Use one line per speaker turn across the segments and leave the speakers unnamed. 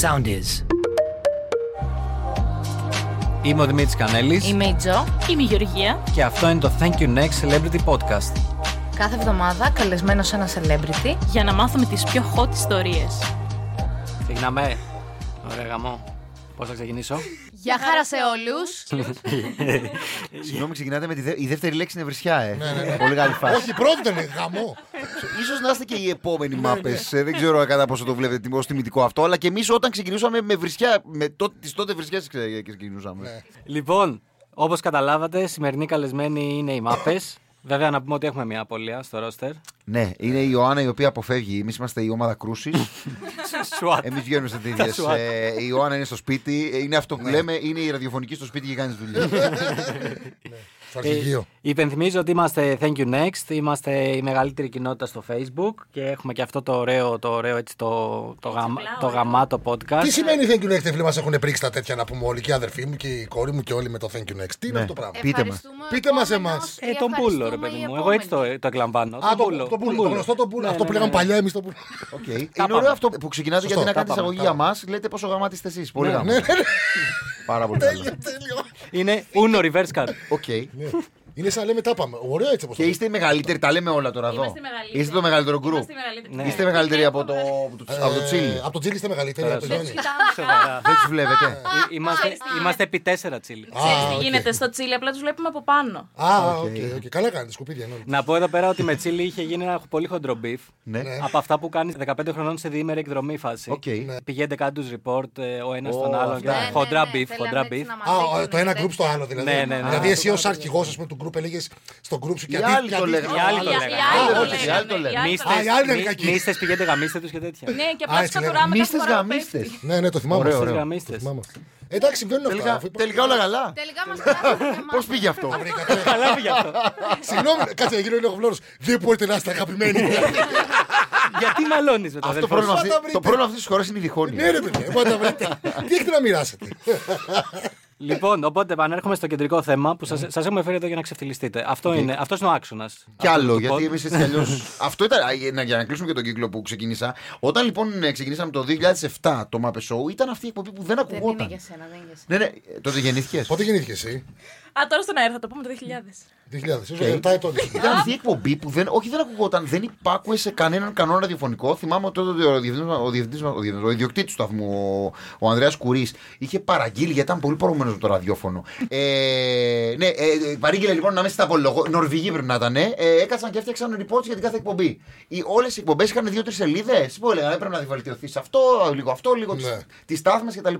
sound is.
Είμαι ο Δημήτρης Κανέλης
Είμαι η Τζο.
Είμαι η Γεωργία.
και αυτό είναι το Thank You Next Celebrity Podcast.
Κάθε εβδομάδα καλεσμένος σε ένα celebrity.
Για να μάθουμε τις πιο hot ιστορίες.
Ξεκινάμε. Ωραία γαμό. Πώς θα ξεκινήσω.
Γεια χαρά σε όλους.
Συγγνώμη, ξεκινάτε με τη δε... η δεύτερη λέξη είναι βρισιά, ε. Πολύ καλή φάση.
Όχι, πρώτη δεν είναι γαμό.
Ίσως να είστε και οι επόμενοι μάπες. Δεν ξέρω κατά πόσο το βλέπετε ως τιμητικό αυτό, αλλά και εμείς όταν ξεκινούσαμε με βρισιά, με το... τις τότε βρισιά ξεκινούσαμε.
λοιπόν, όπως καταλάβατε, σημερινή καλεσμένη είναι οι Μάπες. Βέβαια να πούμε ότι έχουμε μια απώλεια στο ρόστερ.
Ναι, είναι η Ιωάννα η οποία αποφεύγει. Εμείς είμαστε η ομάδα κρούσης.
Σουάτ.
Εμείς βγαίνουμε σε τέτοιε.
SWAT.
Η Ιωάννα είναι στο σπίτι. Ε, Είναι αυτό που λέμε, είναι η ραδιοφωνική στο σπίτι και κάνει δουλειά.
Στο
Ε,
αρχηγείο.
Ε, Υπενθυμίζω ότι είμαστε Thank You Next, είμαστε η μεγαλύτερη κοινότητα στο Facebook και έχουμε και αυτό το ωραίο, το ωραίο έτσι, το, το, γαμα- το γαμάτο podcast.
Τι σημαίνει thank you next, οι φίλοι μα έχουν πρίξει τα τέτοια να πούμε όλοι και οι αδερφοί μου και η κόρη μου και όλοι με το thank you next. Τι είναι
Ναι.
αυτό το πράγμα.
Ε, Πείτε μας.
Ευχαριστούμε
Πείτε μας
επόμενος
εμάς.
Ε,
και
τον πούλο, ρε
ευχαριστούμε
παιδί
οι
μου. Εγώ έτσι
επόμενοι.
το, το εκλαμβάνω.
Α,
Τον
το, το πουλο, το γνωστό το
Ναι,
πουλο. Αυτό που λέγαμε παλιά εμείς το πουλο.
Οκ. Είναι ωραίο αυτό που ξεκινάτε γιατί να
τα
κάνετε
πάμε,
εισαγωγή
τα
για
πάμε.
μας. Λέτε πόσο γαμάτιστε εσείς. Πολύ
Ναι,
γαμό.
Ναι, ναι, ναι.
Πάρα πολύ
Τέλειο,
καλό.
Ε, τέλειο.
Είναι Uno Reverse Card.
Οκ.
Ναι. Είναι σαν να λέμε τα πάμε. Ωραίο έτσι όπως
Και είστε οι μεγαλύτεροι, τα λέμε όλα τώρα εδώ.
Είμαστε μεγαλύτεροι.
Είστε το μεγαλύτερο γκρου.
Είμαστε μεγαλύτεροι.
Ναι.
Είστε μεγαλύτεροι από το, από
Ε,
το, από το τσίλι.
Από το τσίλι είστε μεγαλύτεροι.
Τώρα
από το
σου-
Γιάννη.
Σοβαρά.
Δεν τους βλέπετε.
Ε, Είμαστε, είμαστε επί τέσσερα τσίλι.
Α,
Ξέρεις τι
οκ.
γίνεται στο τσίλι, απλά τους βλέπουμε από πάνω.
Α, οκ, οκ. Καλά κάνετε, σκουπίδια
Ναι,
είναι όλοι.
Να πω εδώ πέρα ότι με τσίλι είχε γίνει ένα πολύ χοντρό μπιφ.
Ναι.
Από αυτά που κάνεις 15 χρονών σε διήμερη εκδρομή φάση.
Οκ. Ναι.
Πηγαίνετε κάτι τους report ε, ο ένας
Ω,
τον άλλον.
αυτά.
και-
Ναι, ναι,
Χοντρά
ναι,
μπιφ,
θέλαμε
χοντρά
έτσι
μπιφ.
να μας
Α, ο-
δείχνουν
το ένα
τέτοια.
group στο άλλο δηλαδή.
Ναι, ναι, ναι.
Δηλαδή
Α,
εσύ ως αρχηγός με του group έλεγε στον group σου
Οι
και
άλλοι το
αντί-
λέγανε.
οι άλλοι το λέγανε.
Οι
το
άλλοι
λέγανε,
Οι άλλοι το λέγανε.
οι άλλοι το
Α, οι άλλοι είναι
Μι-
κακοί.
μύστες, πηγαίνετε γαμίστε του και τέτοια.
λέγανε. Ναι, και απλά
Α,
τους
έτσι λέγανε.
κατουράμε κάθε
Μίστε
φορά που πέφτει.
γαμίστε.
Ναι, ναι, το θυμάμαι.
Ε, Ωραίο,
αυτό.
Μίστες
ωραίο.
Το
γαμίστες.
θυμάμαι. Εντάξει, συμβαίνουν αυτά. αφού
Τελικά όλα καλά.
Τελικά μας κράτησε
Πώ πήγε αυτό.
Καλά πήγε αυτό.
Συγγνώμη, κάτσε να γίνω λίγο φλόρο. Δεν μπορείτε να είστε αγαπημένοι.
Γιατί μαλώνει με το
Αυτό το
αδελφό
πρόβλημα
σου.
αυτή-
τα βρείτε.
το πρόβλημα αυτή τη χώρα είναι η διχόνοια.
Ναι, ρε παιδί, εγώ τα βρείτε. Τι έχετε να μοιράσετε.
Λοιπόν, οπότε επανέρχομαι στο κεντρικό θέμα που σας έχουμε φέρει εδώ για να ξεφτυλιστείτε. Αυτό είναι, αυτός είναι ο άξονας.
Ναι. Κι άλλο, γιατί εμείς έτσι κι αλλιώς. Αυτό ήταν. α, για να- Για να κλείσουμε και τον κύκλο που ξεκίνησα. Όταν λοιπόν ε, ξεκινήσαμε το 2007 το Mappe Show, ήταν αυτή η εκπομπή που δεν
Δεν είναι για
ακουγόταν.
σένα, δεν είναι για σένα.
Ναι, ναι, ε, τότε γεννήθηκες.
Πότε γεννήθηκες εσύ,
Α, τώρα στον αέρα θα το πούμε το 2000.
2000, ίσω 7 ετών. ήσουν.
Ήταν αυτή η εκπομπή που δεν, όχι δεν ακουγόταν, δεν υπάκουε σε κανέναν κανόνα ραδιοφωνικό. Θυμάμαι ότι τότε ο διευθυντής μας- ο, διευθυντής μας- ο, διευθυντής- ο ιδιοκτήτης του σταθμού, ο, ο Ανδρέας Κουρής, είχε παραγγείλει γιατί ήταν πολύ προηγούμενο με το ραδιόφωνο. Ε, ναι, ε, παρήγγειλε λοιπόν να μην στα απολογώ. Νορβηγοί πρέπει να ήταν. Ε, έκατσαν και έφτιαξαν reports για την κάθε εκπομπή. Όλες οι εκπομπές είχαν δύο-τρει σελίδες. Που έλεγαν έπρεπε να βελτιωθεί σε αυτό, λίγο αυτό, λίγο
Ναι.
τις στάθμε κτλ.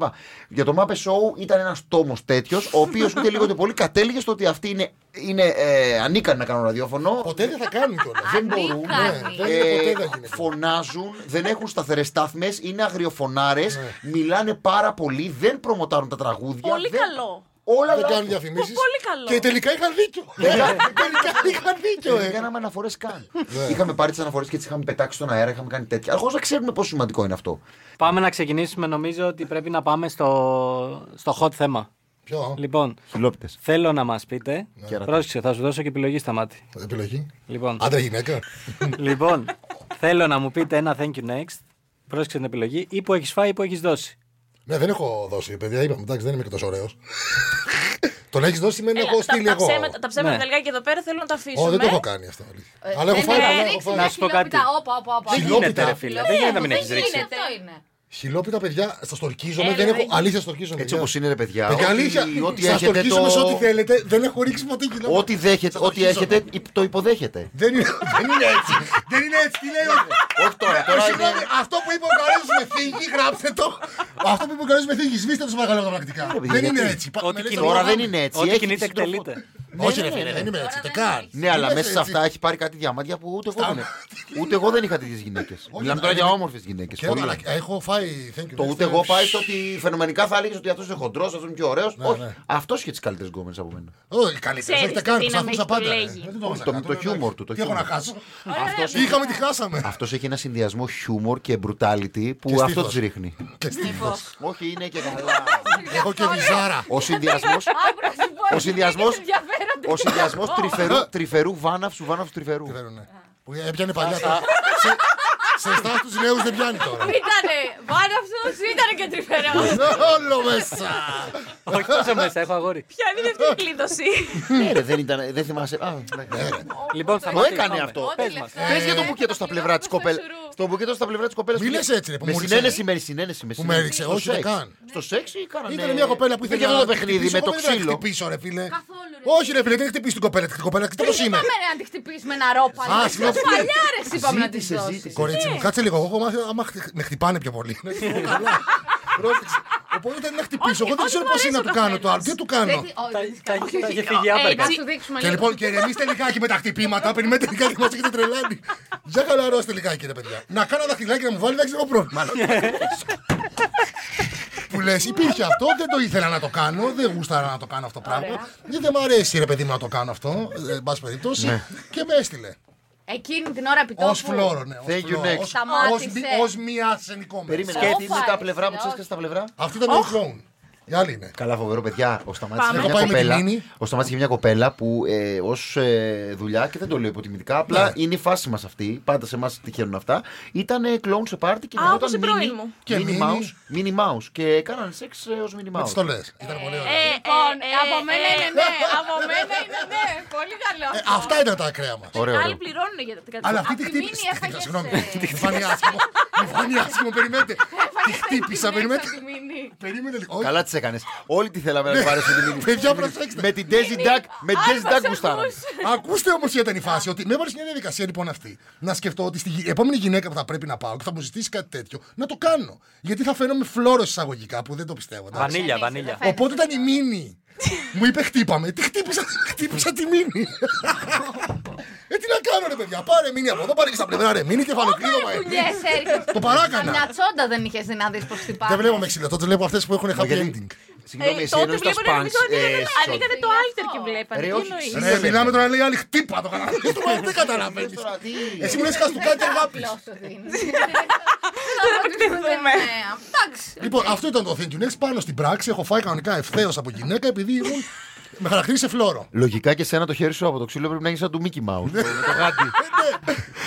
Για το Mappe Show ήταν ένας τόμος τέτοιος, ο οποίος ούτε λίγο ούτε πολύ κατέληγε στο ότι αυτοί είναι, είναι ε, ανίκανοι να κάνουν ραδιόφωνο.
Ποτέ δεν θα κάνουν κιόλας.
Δεν μπορούν.
Ανίκανοι.
Ναι, δεν είναι
Ε,
ποτέ, δεν γίνεται.
φωνάζουν, δεν έχουν σταθερές στάθμες, είναι αγριοφωνάρες,
Ναι.
μιλάνε πάρα πολύ, δεν προμοτάρουν τα τραγούδια.
Πολύ
δεν-
καλό.
Όλα
Δεν
λάθη.
κάνουν διαφημίσεις.
Πολύ καλό. Ναι.
Και τελικά είχαν δίκιο. Τελικά είχαν δίκιο,
Δεν
ε.
κάναμε αναφορές καν.
Ναι.
Είχαμε πάρει τις αναφορές και τις είχαμε πετάξει στον αέρα, είχαμε κάνει τέτοια. Αρχώς να ξέρουμε πόσο σημαντικό είναι αυτό.
Πάμε να ξεκινήσουμε. Νομίζω ότι πρέπει να πάμε στο, στο hot θέμα.
Ποιο.
Λοιπόν,
Χιλόπιτε.
θέλω να μας πείτε.
Κέρατα.
Πρόσεξε, θα σου δώσω και επιλογή στα μάτια.
Επιλογή.
Λοιπόν,
Άντρα γυναίκα.
λοιπόν, θέλω να μου πείτε ένα thank you next. Πρόσεξε την επιλογή ή που έχεις φάει ή που έχεις δώσει.
Ναι, δεν έχω δώσει, παιδιά. Είπαμε, εντάξει, δεν είμαι και τόσο ωραίος. Τον έχεις δώσει σημαίνει
Έλα,
έχω
τα-
στείλει
τα
εγώ.
ψέματα- Τα ψέματα
Ναι.
τελικά και εδώ πέρα θέλω να τα αφήσουμε. Ναι.
Ω, δεν το έχω κάνει αυτό. αλήθεια. Αλλά έχω
Ε,
Δεν
φάει
είναι,
καλά,
ρίξε
έχω
μια
Να
φάει.
σου πω κάτι.
χιλόπιτα, όπα, όπα, όπα.
Δεν
Χιλόπιτα.
γίνεται, ρε φίλε. Δεν γίνεται να μην
Δεν
έχεις ρίξει.
γίνεται, Αυτό είναι.
Χιλόπιτα, παιδιά, σας τορκίζομαι.
Έλα,
Δεν έχω.
δεν-
Αλήθεια, σας τορκίζομαι.
Έτσι
παιδιά.
όπως είναι, ρε παιδιά.
Παιδιά, Ε, αλήθεια.
Ό,τι, ό,τι
Σας
έχετε.
τορκίζομαι σε ό,τι
Το...
θέλετε. Δεν έχω ρίξει ποτέ χιλόπιτα.
Ό,τι δέχετε,
Σας
ό,τι
τορκίζομαι.
έχετε, το υποδέχετε.
Δεν είναι, δεν είναι έτσι. δεν είναι έτσι. Τι λέω.
Όχι τώρα, τώρα είναι.
Συγγνώμη, αυτό που είπε ο Καρέζο με θύγει, γράψτε το. Αυτό που είπε ο Καρέζο με θύγει, σβήστε το σε παρακαλώ τα πρακτικά.
παιδιά,
Δεν
γιατί?
είναι έτσι. Πα-
Ό,τι
με λέει
κινείται-
το
Τώρα
λόγο.
δεν είναι έτσι.
Ό,τι
έχει
κινείται
τη συντροφό-
εκτελείται.
Όχι, ρε φίλε, ναι, δεν είμαι έτσι. ούτε καν.
Ναι, αλλά
Είμαι
μέσα σε
έτσι.
αυτά έχει πάρει κάτι διαμάντια που ούτε εγώ δεν, ούτε εγώ δεν είχα τέτοιες γυναίκες. Μιλάμε τώρα για όμορφες γυναίκες.
Κύριε Μαλακ, έχω φάει. thank you, ναι,
Το
thank
ούτε
you.
εγώ πάει στο ότι φαινομενικά θα έλεγες ότι αυτός είναι χοντρός, αυτός είναι πιο ωραίος.
ναι.
Όχι. Αυτός είχε τις καλύτερες γκόμενες από μένα.
Όχι, καλύτερα.
Ξέρεις
έχετε
τι
καν.
δύναμη
Ψάχνουσα
έχει, το
πάντα. ρε.
λέγει.
Δεν το έβαζα
Το-
κάτω,
το
εντάξει.
χιούμορ του, το
Τι έχω να
χιούμορ.
χάσω.
Αυτός έχει-
Είχαμε τη χάσαμε.
Αυτός έχει ένα συνδυασμό χιούμορ και brutality
Και
που αυτό
στίχος.
τους ρίχνει.
Και στήθος.
Όχι, είναι και καλά.
Έχω και βυζάρα.
Ο συνδυασμός. Ο συνδυασμό. Ο συνδυασμός τρυφερού, τρυφερού βάναυσου, βάναυσου τρυφερού.
Φέρουν, ναι. Που έπιανε παλιά. τα- Σε- Σε εσάς τους νέους δεν πιάνει τώρα.
Ήτανε βάναυσος, ήτανε και
Ναι.
τρυφερός.
Όλο μέσα.
Όχι τόσο μέσα, έχω αγόρι.
Ποια είναι η δεύτερη κλείδωση.
Ναι, ρε, δεν ήταν. Δεν θυμάσαι. Α, ναι.
Λοιπόν, θα
Το έκανε αυτό.
Ό,τι
Πες μας.
λεφτά
Πες για Ε, το
είναι,
μπουκέτο στα
τα
πλευρά της
πληρώνουμε
κοπέλα.
στα σουρού.
Το μπουκέτο στα πλευρά της κοπέλας.
Μη λες έτσι, ρε, που
Με
μου ρίξε.
συνένεση, με συνένεση. με
Που με
συνένεση.
έριξε,
Στο
όχι, δεν
σεξ.
καν.
Στο σεξ ή κάνανε.
Ήταν μια κοπέλα που ήθελε
Ήταν το
να
παιχνίδι
χτυπήσει,
με το
εγώ δεν την
ξύλο.
χτυπήσω, ρε φίλε.
Καθόλου, ρε.
Όχι, ρε φίλε, δεν χτυπήσεις την κοπέλα. Την κοπέλα, τι τέλο είναι.
Πάμε ρε, να τη χτυπήσει με ένα ρόπαλο.
Α, συγγνώμη.
Παλιά ρε, είπαμε να τη
Ζήτησε,
δώσει.
ζήτησε.
Κορίτσι μου, κάτσε λίγο. Εγώ μάθω άμα χτυ- με χτυπάνε πιο πολύ. Ναι, καλά. Πρόσεξε. Οπότε δεν να χτυπήσω. Εγώ δεν ξέρω πώς είναι να του κάνω το άλλο. Τι να του
Δεν τη-
κάνω.
όχι,
ε,
δεν της
Τα
κάνω.
έχει- τα έχει φύγει
Ε,
άπεργα.
Να σου δείξουμε
Και
λίγο.
λοιπόν, και εμεί λιγάκι με τα χτυπήματα, περιμένετε λιγάκι, μας έχετε τρελάνει. Για χαλαρώστε λιγάκι, ρε παιδιά. Να κάνω δαχτυλάκι να μου βάλει, δεν ξέρω πρόβλημα. Που λες, υπήρχε αυτό, δεν το ήθελα να το κάνω, δεν γούσταρα να το κάνω αυτό το πράγμα. Ε, Δεν δεν μ' αρέσει, ρε παιδί μου, να το κάνω αυτό, ε, εν πάση
Ναι.
περιπτώσει. Και με έστειλε.
Εκείνη την ώρα επιτόπου.
Ως φλόρο, ναι.
Thank you, next.
Σταμάτησε.
Ως μία αρσενικό μέρο.
Περίμενε.
Ω,
Και τι είναι τα
φάει,
πλευρά που
όχι.
ξέρει τα πλευρά.
Αυτό ήταν ο κλόουν. Η άλλη είναι.
Καλά, φοβερό παιδιά. Ο Σταμάτης
Πάμε.
είχε μια
Εγώ πάει με
κοπέλα.
τη Μίνη.
Ο Σταμάτης είχε μια κοπέλα που ε, ως ε, δουλειά και δεν το λέω υποτιμητικά. Απλά
Ναι.
είναι η φάση μας αυτή. Πάντα σε εμάς τυχαίνουν αυτά. Ήταν ε, κλόουν σε πάρτι και
Α,
λεγόταν
όπως η πρώην
Μίνι-
μου.
Και
Μίνι
Μίνι.
Μάους. Μίνι Μάους. Και κάνανε σεξ ε, ως Μίνι
Με τι
Μάους.
το λες. Ήταν πολύ ωραία.
Ε,
Λοιπόν,
Ε,
από μένα είναι ναι, από μένα είναι ναι. Πολύ καλό.
Ε, Αυτά ήταν τα ακραία μας.
Ωραίο. ωραίο.
Άλλοι πληρώνουν για τα κάτι.
Αλλά αυτή τη
Απ' τη μήνυ
χτύπησα. Τη χτύπησα,
έφαγες,
συγγνώμη.
ε.
Τη φάνη άσχημο. Μου φάνη άσχημο, περιμένετε. Τη χτύπησα, περιμένετε.
Τη μήνυ.
Περίμενε λίγο. Όχι.
Καλά τις έκανες. Όλοι τι θέλαμε να πάρει την Μίνι.
Παιδιά, προσέξτε.
Ναι. Με την
Ναι,
Daisy Duck, με την Daisy Duck γουστάραμε.
Ακούστε όμως ποια ήταν η φάση. Ότι με έβαλε σε μια διαδικασία λοιπόν αυτή. Να σκεφτώ ότι στη γυ- επόμενη γυναίκα που θα πρέπει να πάω και θα μου ζητήσει κάτι τέτοιο, να το κάνω. Γιατί θα φαίνομαι φλόρο εισαγωγικά που δεν το πιστεύω. εντάξει.
Βανίλια,
δεν
βανίλια.
Ναι,
φαίνεται.
Οπότε ήταν η μήνη. Μου είπε χτύπαμε. Τι χτύπησα, χτύπησα τη μήνη. ε, τι να κάνω ρε παιδιά, πάρε μήνη από εδώ, πάρε και στα πλευρά ρε μήνη, κεφαλοκλείδωμα. ε.
Ναι,
Κουνιές έρχεσαι.
Το παράκανα.
Μια τσόντα δεν είχες να δεις πως χτυπάει.
Δεν βλέπω με ξύλο, τότε βλέπω αυτές που έχουν Ε, happy
γιατί-
ending.
Συγγνώμη, εσύ
Ε, Τότε
εννοείς τα
βλέπανε
σπάνς.
νομίζω ότι
ε,
ήταν-
sorry.
ανοίγανε το alter και βλέπανε.
Ρε,
Τι
όχι,
εννοείς.
σίγουρα.
Ρε, μιλάμε τώρα λέει άλλη χτύπα το κανάλι. Δεν καταλαβαίνει.
Τώρα, τι.
Εσύ μου λες χάσου κάτι αγάπη.
Απλώσω την. Ναι, Εντάξει.
Λοιπόν, αυτό ήταν το Thank you next. Πάνω στην πράξη έχω φάει κανονικά ευθέως από γυναίκα επειδή ήμουν. Με χαρακτήρισε φλόρο.
Λογικά και σένα το χέρι σου από το ξύλο πρέπει να έχεις σαν του Μίκη Μάου. Με το γάντι.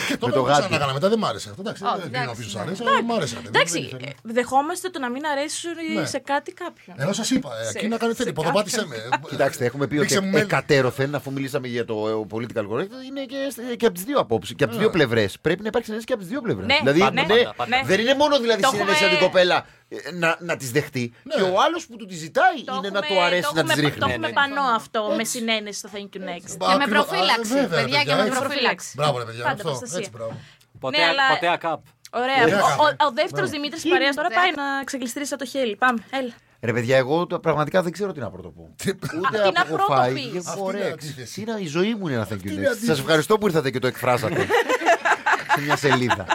Και
το
το
γάτι.
ξανακάνα μετά δεν μ' άρεσε αυτό. Εντάξει, δεν
Ναι. εντάξει,
είναι πίσω σ' αρέσει, αλλά μ' άρεσε. ρε, δεν- δεν
Εντάξει,
ήθελα.
ε, δεχόμαστε το να μην αρέσει
Ναι.
σε κάτι κάποιον.
Ενώ σας είπα, ε, εκεί να κάνετε
σε
τίποτα, πάτησε με.
Κοιτάξτε, έχουμε πει
Ρίξε
ότι
μου μέλι.
εκατέρωθεν, αφού μιλήσαμε για το ε, political correct, είναι και, σ- και από τις δύο απόψεις και από τις δύο πλευρές. Πρέπει να υπάρχει συνέντευξη και από τις δύο πλευρές.
Ναι,
δηλαδή,
πάντα,
ναι,
πάντα, πάντα.
δεν είναι μόνο δηλαδή
Το
συνέντευξη από
έχουμε-
την κοπέλα ε, να, να τη δεχτεί. Και ο άλλος που του τη ζητάει
Το
είναι να
έχουμε-
του αρέσει να
έχουμε-
τη
Το
ρίχνει.
έχουμε πανώ αυτό με συνένεση στο Thank you next.
Και με προφύλαξη. Παιδιά, και με
προφύλαξη.
προφύλαξη.
Μπράβο, ρε παιδιά,
Πάντα
αυτό.
προστασία.
Έτσι, μπράβο.
Ποτέ,
Ναι, αλλά-
ποτέ ακάπ.
Ωραία.
Ωραία.
Ο, ο, ο
Ναι.
δεύτερο Δημήτρης της παρέας τώρα πάει να ξεκλειστρήσει από το χέλι. Πάμε. Έλα.
Ρε παιδιά, εγώ το- πραγματικά δεν ξέρω τι να πρώτο πω. Ούτε
Τι να
από έχω
πρώτο
φάει.
πεις.
και έχω
Αυτή είναι η
ωρέξει.
αντίθεση.
Είναι η ζωή μου είναι ένα thank you
είναι η
next. Σας
αντίθεση.
ευχαριστώ που ήρθατε και το εκφράσατε. σε μια σελίδα.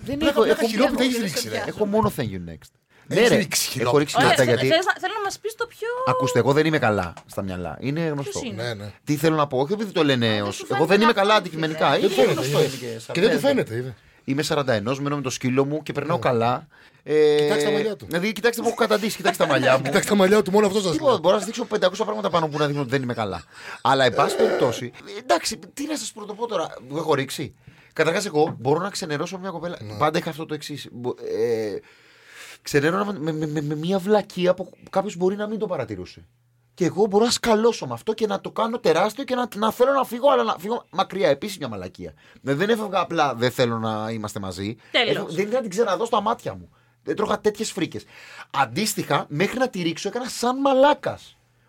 δεν
Έχω
έχω, έχω,
χιλόπιτα, έχει ρίξει. ρε.
έχω μόνο thank you next. Ναι,
Έχεις
ρε,
ρίξει
έχω
χιλόπιτα.
ρίξει
Ωραία.
λεφτά
θε-
γιατί.
θες να- Θέλω να μας πεις το πιο.
Ακούστε, εγώ δεν είμαι καλά στα μυαλά. Είναι γνωστό.
είναι?
Ναι, ναι.
Τι θέλω να πω, όχι επειδή το λένε ως.
σου
Εγώ δεν
φαίνεται
είμαι
να
καλά
ακούγεται.
αντικειμενικά.
Δεν
Είναι
του φαίνεται.
γνωστό,
είδε.
είμαι σαν
Και δεν του
πέρα.
φαίνεται, είδε.
Είμαι 41, μένω με το σκύλο μου και περνάω καλά. Ε,
Κοιτάξτε τα μαλλιά του.
Δηλαδή, κοιτάξτε που έχω καταντήσει, κοιτάξτε τα μαλλιά μου.
Κοιτάξτε τα μαλλιά του, μόνο αυτό σας
Τίποτα, Ε,
λέω.
μπορώ να σας δείξω 500 πράγματα πάνω που να δείχνουν ότι δεν είμαι καλά. Αλλά, εν πάση περιπτώσει, εντάξει, τι να σας πρωτοπώ τώρα, μου έχω ρίξει. Καταρχάς, εγώ μπορώ να ξενερώσω μια κοπέλα. Πάντα είχα αυτό το εξής. Ε, ξενερώνα με, με, με, με μια βλακεία που κάποιος μπορεί να μην το παρατηρούσε. Και εγώ μπορώ να σκαλώσω με αυτό και να το κάνω τεράστιο και να, να θέλω να φύγω, αλλά να φύγω μακριά. Επίσης μια μαλακία. Δεν δεν έφευγα απλά δεν θέλω να είμαστε μαζί.
Τέλος.
Έφευγα- δεν ήθελα να την ξαναδώ στα μάτια μου. Δεν τρώγα τέτοιες φρίκες. Αντίστοιχα, μέχρι να τη ρίξω έκανα σαν μαλάκας.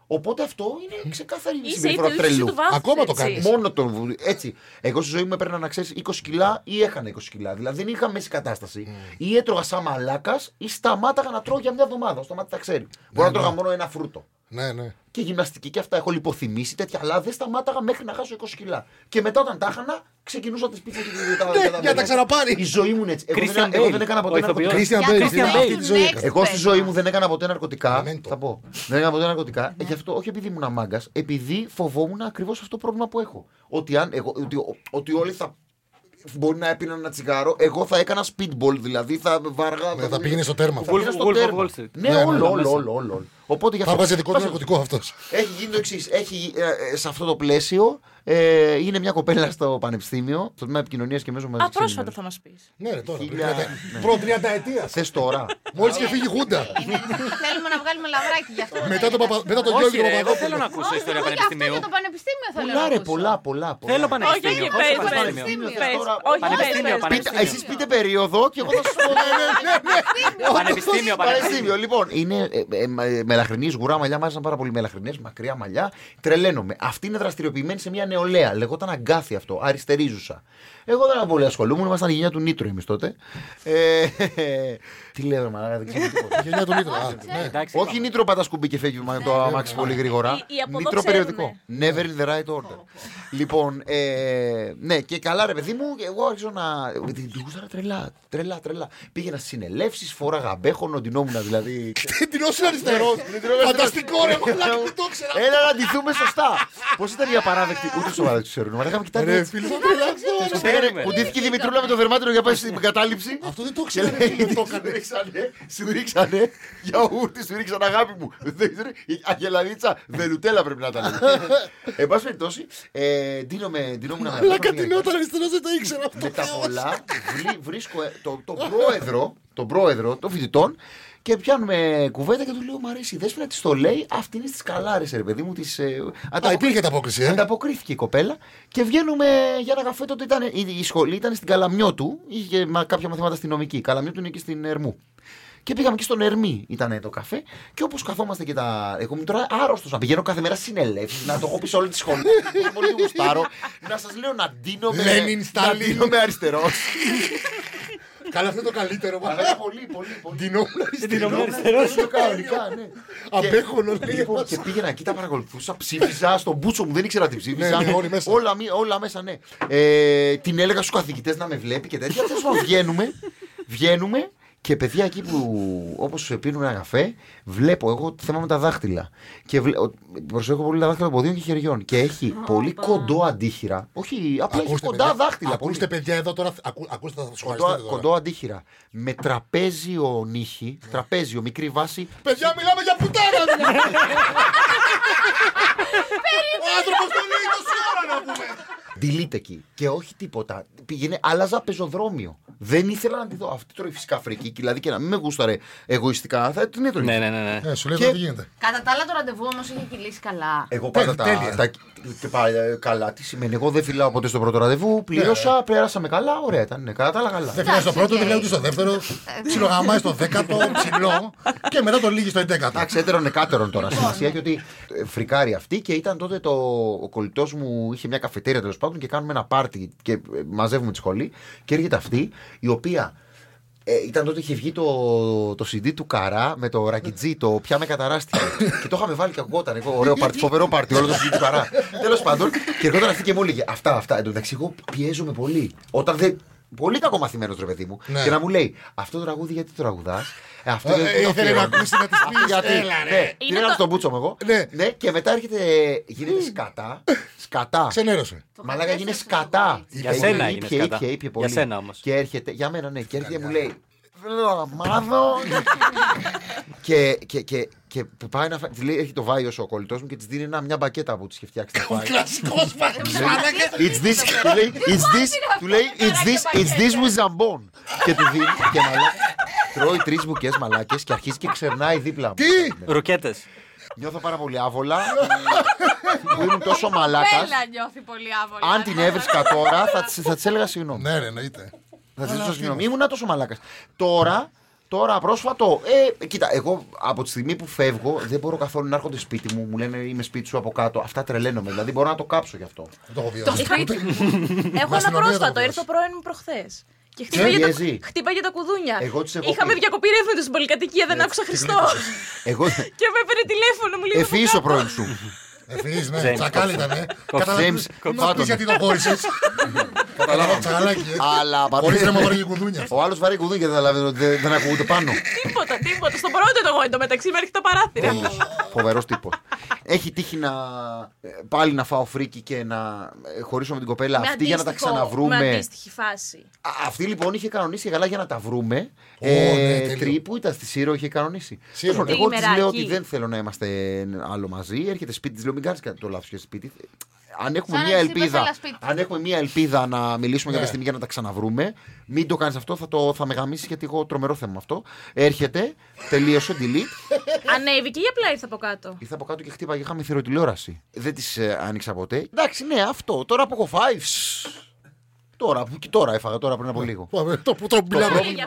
Οπότε αυτό είναι ξεκάθαρη
Είσαι
συμπεριφορά
είτε ίσω
τρελού.
του βάθους.
Ακόμα το κάνεις.
Μόνο τον βου- Έτσι. Εγώ στη ζωή μου έπαιρνα να ξέρεις 20 κιλά ή έχανα 20 κιλά. Δηλαδή δεν είχα μέση κατάσταση. Ή έτρωγα σαν μαλάκας ή σταμάταγα να τρώω για μια εβδομάδα. Σταμάτη τα ξέρει. Μπορώ να τρώγα μόνο ένα φρούτο.
Ναι, ναι.
Και γυμναστική και αυτά έχω λιποθυμήσει τέτοια, αλλά δεν σταμάταγα μέχρι να χάσω 20 κιλά. Και μετά όταν τα έχανα, ξεκινούσα τη σπίτια και τα- τα- Ε, τα-
Ναι, για να τα ξαναπάρει.
Η ζωή μου είναι έτσι. Εγώ,
Christian
δεν, εγώ
Bale,
δεν έκανα
ο
ποτέ
ηθοποιός.
ναρκωτικά.
Κρίστιαν
Για
Μπέιλ,
το
στην
Thank
αυτή
you
τη ζωή
next.
έκανα.
Εγώ στη ζωή μου δεν έκανα ποτέ ναρκωτικά.
Memento.
Θα πω. Δεν έκανα ποτέ ναρκωτικά. Ε, Γι' αυτό, όχι επειδή ήμουν μάγκας, επειδή φοβόμουν ακριβώς αυτό το πρόβλημα που έχω. Ότι, αν, εγώ, ότι, ότι όλοι θα μπορεί να έπιναν ένα τσιγάρο, εγώ θα έκανα speedball, δηλαδή θα βαργά.
Ναι, θα πήγαινε στο τέρμα.
θα
αυτό.
πήγαινα στο
Wolf of
τέρμα.
Wall Street.
Ναι,
Ναι, ναι,
όλο,
ναι,
όλο,
μέσα.
όλο, όλο. Οπότε γι'
Θα
αυτό.
βγάζει δικό του
Πας-
ναρκωτικό αυτός.
έχει γίνει το εξής. Έχει ε, ε, σε αυτό το πλαίσιο Ε, είναι μια κοπέλα στο πανεπιστήμιο, στο τμήμα επικοινωνίας και μέσω
Α,
μαζικής
πρόσφατα θα μας πεις.
Ναι, ρε, τώρα.
Χίλια- ναι.
Προτριανταετία.
Θες τώρα.
Μόλις και φύγει η Χούντα.
Θέλουμε να βγάλουμε λαβράκι γι' αυτό.
Μετά το παπα- μετά τον
Όχι,
Γιώργο
ρε, εγώ
Παπαδόπουλο.
θέλω να ακούσω ιστορία
Όχι, αυτό για
πανεπιστημίου.
το πανεπιστήμιο θέλω να
Πολλά, ρε,
ακούσω.
πολλά, πολλά. πολλά.
Θέλω
Όχι,
πανεπιστήμιο.
όχι,
Θέλω
πες, πες.
πανεπιστήμιο.
πανεπιστήμιο.
πες.
Τώρα-
Όχι,
Πανεπιστήμιο,
πες, πες.
πανεπιστήμιο.
Πείτε, εσείς πείτε περίοδο και εγώ θα σου πω. ναι, ναι, ναι, ναι.
Πανεπιστήμιο,
Πανεπιστήμιο, λοιπόν. Είναι ε, ε, ε, μελαχρινής, γουρά μαλλιά, μου άρεσαν πάρα πολύ μελαχρινές, μακριά μαλλιά. Τρελαίνομαι. Αυτή είναι δραστηριοποιημένη σε μια νεολαία. Λεγόταν αγκάθι αυτό, αριστερίζουσα. Εγώ δεν πολύ ασχολούμουν, ήμασταν η γενιά του Νίτρου εμείς τότε. Ε, τι λέω, ρε μαλάκα, δεν ξέρω τίποτα.
Γενιά του Νίκο. Α, ναι.
Εντάξει,
Όχι Νίτρο πατά σκουμπί και φεύγει μα- το αμάξι πολύ γρήγορα.
Οι- οι από εδώ
Νίτρο
ξέρουνε.
περιοδικό. Never in the right order. Λοιπόν, ε, ναι, και καλά ρε παιδί μου, εγώ άρχισα να. Την την γούσταρα τρελά, τρελά, τρελά. Πήγαινα στις συνελεύσεις, φόραγα μπέχον, ντυνόμουν δηλαδή.
Την όσο αριστερό. Φανταστικό ρε, μαλάκα, δεν το ξέρα.
Έλα να ντυθούμε σωστά. Πώς ήταν η απαράδεκτη. Ούτε σοβαρά του ξέρουν. Μα λέγαμε
Ρε,
κοιτάξτε.
φίλε, θα τρελαθώ.
Ξέρουμε.
Κουντήθηκε η Δημητρούλα με το δερμάτινο για να πάει στην κατάληψη.
Αυτό δεν το
Και
ξέρω.
λέει,
Δεν το
σου
έκανε.
ρίξανε, σου ρίξανε γιαούρτι, σου ρίξανε αγάπη μου. Δεν ξέρω, η Αγελαδίτσα βελουτέλα πρέπει να ήταν. Εν πάση περιπτώσει, ε, ντύνομαι- ντυνόμουν με
Αλλά
αυτό,
κατηνόταν αριστερός δεν το ήξερα αυτό.
Με τα πολλά βρί- βρίσκω ε, το- τον πρόεδρο, τον πρόεδρο των φοιτητών και πιάνουμε κουβέντα και του λέω Μ' αρέσει η Δέσποινα, της το λέει. Αυτή είναι στις καλάρες, ρε παιδί μου. Της, ε,
Α,
ανταποκρι-
υπήρχε ανταπόκριση, ε.
Ανταποκρίθηκε η κοπέλα και βγαίνουμε για ένα καφέ. Τότε ήταν, η, η σχολή ήταν στην Καλαμιώτου, είχε μα- κάποια μαθήματα στην νομική. Η Καλαμιώτου είναι και στην Ερμού. Και πήγαμε και στον Ερμή, ήταν το καφέ. Και όπως καθόμαστε και τα. Εγώ ήμουν τώρα άρρωστος να πηγαίνω κάθε μέρα συνελεύσεις, να το έχω πει σε όλη τη σχολή. να πολύ γουστάρω, να σας λέω να ντύνομαι.
Λένιν, Στάλιν.
Να ντύνομαι αριστερός.
Καλά, αυτό είναι το καλύτερο. μα.
Αλλά πολύ, πολύ, πολύ.
Ντυνόμουν αριστερό.
Το κανονικά, ναι.
Απέχον όλα.
Λοιπόν, και πήγαινα εκεί, τα παρακολουθούσα, ψήφιζα στον μπούτσο μου, δεν ήξερα τι ψήφιζα.
Ναι, ναι, όλοι μέσα.
Όλα, μη- όλα μέσα, ναι. Ε, την έλεγα στους καθηγητές να με βλέπει και τέτοια. Τέλο πάντων, βγαίνουμε, βγαίνουμε και παιδιά εκεί που όπως πίνουμε ένα καφέ, βλέπω εγώ το θέμα με τα δάχτυλα. Και βλέ- ο- προσέχω πολύ τα δάχτυλα των ποδίων και χεριών. Και έχει πολύ κοντό αντίχειρα. Όχι, απλά έχει
Ακούστε,
κοντά
παιδιά,
δάχτυλα. πολύ.
Ακούστε, παιδιά, εδώ τώρα. ακού- Ακούστε, θα σχολιάσετε.
Κοντό,
τώρα.
κοντό αντίχειρα. Με τραπέζιο νύχι,
Ναι.
τραπέζιο, μικρή βάση.
Παιδιά, μιλάμε για πουτάνα! ρε. Ο άνθρωπος το λέει 20 ώρα να πούμε.
Delete εκεί. Και όχι τίποτα. Πήγαινε, άλλαζα πεζοδρόμιο. Δεν ήθελα να τη δω. Αυτή τρώει φυσικά φρίκη. Δηλαδή και να μην με γούσταρε εγωιστικά. Θα την έτρωγε.
Ναι, ναι, ναι. ναι.
Ε, σου λέει
Και-
τώρα τι γίνεται.
Κατά τα άλλα το ραντεβού όμως είχε κυλήσει καλά.
Εγώ πάντα
Τέλεια,
τα,
τέλεια.
τα, τα πα- ε, Καλά, τι σημαίνει. Εγώ δεν φυλάω ποτέ στο πρώτο ραντεβού. Πλήρωσα, πέρασαμε καλά. Ωραία ήταν. Ναι, κατά τα άλλα καλά.
Ναι. Δεν φυλάει στο πρώτο,
οκ.
δεν φυλάει ούτε στο δεύτερο. Ψιλογαμάει στο δέκατο, ψηλό. Και μετά το λύγει στο εντέκατο.
Εντάξει, έτερων εκάτερων τώρα.
Ναι.
Σημασία έχει ότι ε, φρικάρει αυτή και ήταν τότε το. Ο κολλητός μου είχε μια καφετέρια τέλος πάντων και κάνουμε ένα πάρτι και ε, μαζεύουμε τη σχολή. Και έρχεται αυτή η οποία. Ε, ήταν τότε είχε βγει το, το CD του Καρά με το ρακιτζί, το πια με καταράστηκε. και το είχαμε βάλει και ακουγόταν. Εγώ, ωραίο πάρτι, φοβερό πάρτι, όλο το CD του Καρά. Τέλος πάντων, και ερχόταν αυτή και μου έλεγε Αυτά, αυτά. Εν τω μεταξύ, εγώ πιέζομαι πολύ. Όταν δεν. Πολύ κακομαθημένο ρε παιδί μου.
Ναι.
Και να μου λέει Αυτό το τραγούδι γιατί το τραγουδάς. Ε, αυτό
Ε,
δεν το
ήθελε να
αφιερώνω».
ακούσει να της πεις,
Γιατί.
έλα, ρε.
ναι.
Είναι
Την έκανα
το-
στον μπούτσο μου εγώ.
Ναι.
και μετά έρχεται. Γίνεται σκατά. Σκατά.
Ξενέρωσε.
Μαλάκα έγινε σκατά.
Για
Είπε,
σένα
Ήπια,
έγινε
ήπια,
σκατά.
ήπια, ήπια
Για
πολύ.
σένα όμως.
Και έρχεται. Για μένα ναι. Και έρχεται και μου λέει. Θέλω να μάθω. και, και, και, και που πάει να φάει. Της λέει, έχει το βάει ως ο κολλητός μου και της δίνει ένα, μια μπακέτα που της είχε φτιάξει. να φάει.
Κλασικό φαγητό.
It's this, του λέει, it's this, του λέει, it's this, it's this with jambon. Και του δίνει και μαλάκα. Τρώει τρεις μπουκές μαλάκες και αρχίζει και ξερνάει δίπλα μου.
Τι?
Ρουκέτες.
Νιώθω πάρα πολύ άβολα. Μου ήμουν τόσο μαλάκας.
Πέλα νιώθει πολύ άβολα.
Αν την έβρισκα τώρα, θα της- θα της έλεγα συγγνώμη.
Ναι, ρε, εννοείται.
Θα της ζητήσω συγγνώμη. Ήμουνα τόσο μαλάκας. Τώρα, τώρα πρόσφατο. Ε, κοίτα, εγώ από τη στιγμή που φεύγω δεν μπορώ καθόλου να έρχονται σπίτι μου. Μου λένε είμαι σπίτι σου από κάτω. Αυτά τρελαίνομαι. Δηλαδή μπορώ να το κάψω γι' αυτό.
Δεν το έχω
Το
βιώσει.
σπίτι μου.
Έχω ένα
αστυνομία το
πρόσφατο.
βρήκες.
Ήρθε ο πρώην μου προχθές. Και
Τι
χτύπαγε τα,
πιέζει?
χτύπαγε τα κουδούνια.
Ε, Εγώ τις έχω
Είχαμε
πει. Ε,
διακοπή ρεύματο στην πολυκατοικία, δεν άκουσα Χριστό.
Εγώ.
και με έπαιρνε τηλέφωνο, μου λέει. «Θα
Εφήσω
πω
ο πρώην σου.
Ευφυή, ναι.
James
Τσακάλι ήταν. ε. Καταλαβαίνεις.
James
Μην μας
Cotton.
πεις γιατί το χώρισες. Καταλάβα. Τσακαλάκι. ε.
Αλλά
Χωρίς να μου
παρόλο
βαρύγει κουδούνια.
ο άλλος βαρύ κουδούνι και δεν καταλαβαίνει ότι δεν δεν ακούγονται πάνω.
Τίποτα, τίποτα. Στον πρώτο ήταν εγώ εντωμεταξύ, με έρχεται τα παράθυρα.
Ε, Φοβερός τύπος. Έχει τύχει να ε, πάλι να φάω φρίκι και να ε, χωρίσω με την κοπέλα
Με
αυτή για να τα
αντίστοιχο- Με
ξαναβρούμε.
αντίστοιχη φάση.
Α, Αυτή λοιπόν είχε κανονίσει καλά για να τα βρούμε.
Ω, ναι,
ε,
τέλειο.
τρίπου ήταν στη Σύρο, είχε κανονίσει.
Σύρο.
Λοιπόν, εγώ της λέω
Τριμεράκι.
ότι δεν θέλω να είμαστε άλλο μαζί. Έρχεται σπίτι της, λέω μην κάνεις το λάθος και σπίτι. αν έχουμε
Σαν
μια
να της είπες,
ελπίδα.
«Έλα σπίτι».
Αν έχουμε μια ελπίδα να μιλήσουμε
Ναι.
κάποια στιγμή για να τα ξαναβρούμε, μην το κάνεις αυτό, θα, το, θα με γαμίσεις γιατί εγώ τρομερό θέμα αυτό. Έρχεται, τελείωσε, delete.
Ανέβηκε ή απλά ήρθε από κάτω.
Ήρθα από κάτω και χτύπαγε, είχαμε θηροτηλεόραση. Δεν τη ε, άνοιξα ποτέ. Εντάξει, ναι, αυτό. Τώρα που έχω φάει. σσ, Τώρα, που και τώρα έφαγα, τώρα πριν από λίγο.
Πάμε, Το που το
Ε,
μιλάμε.
πρόβλημα-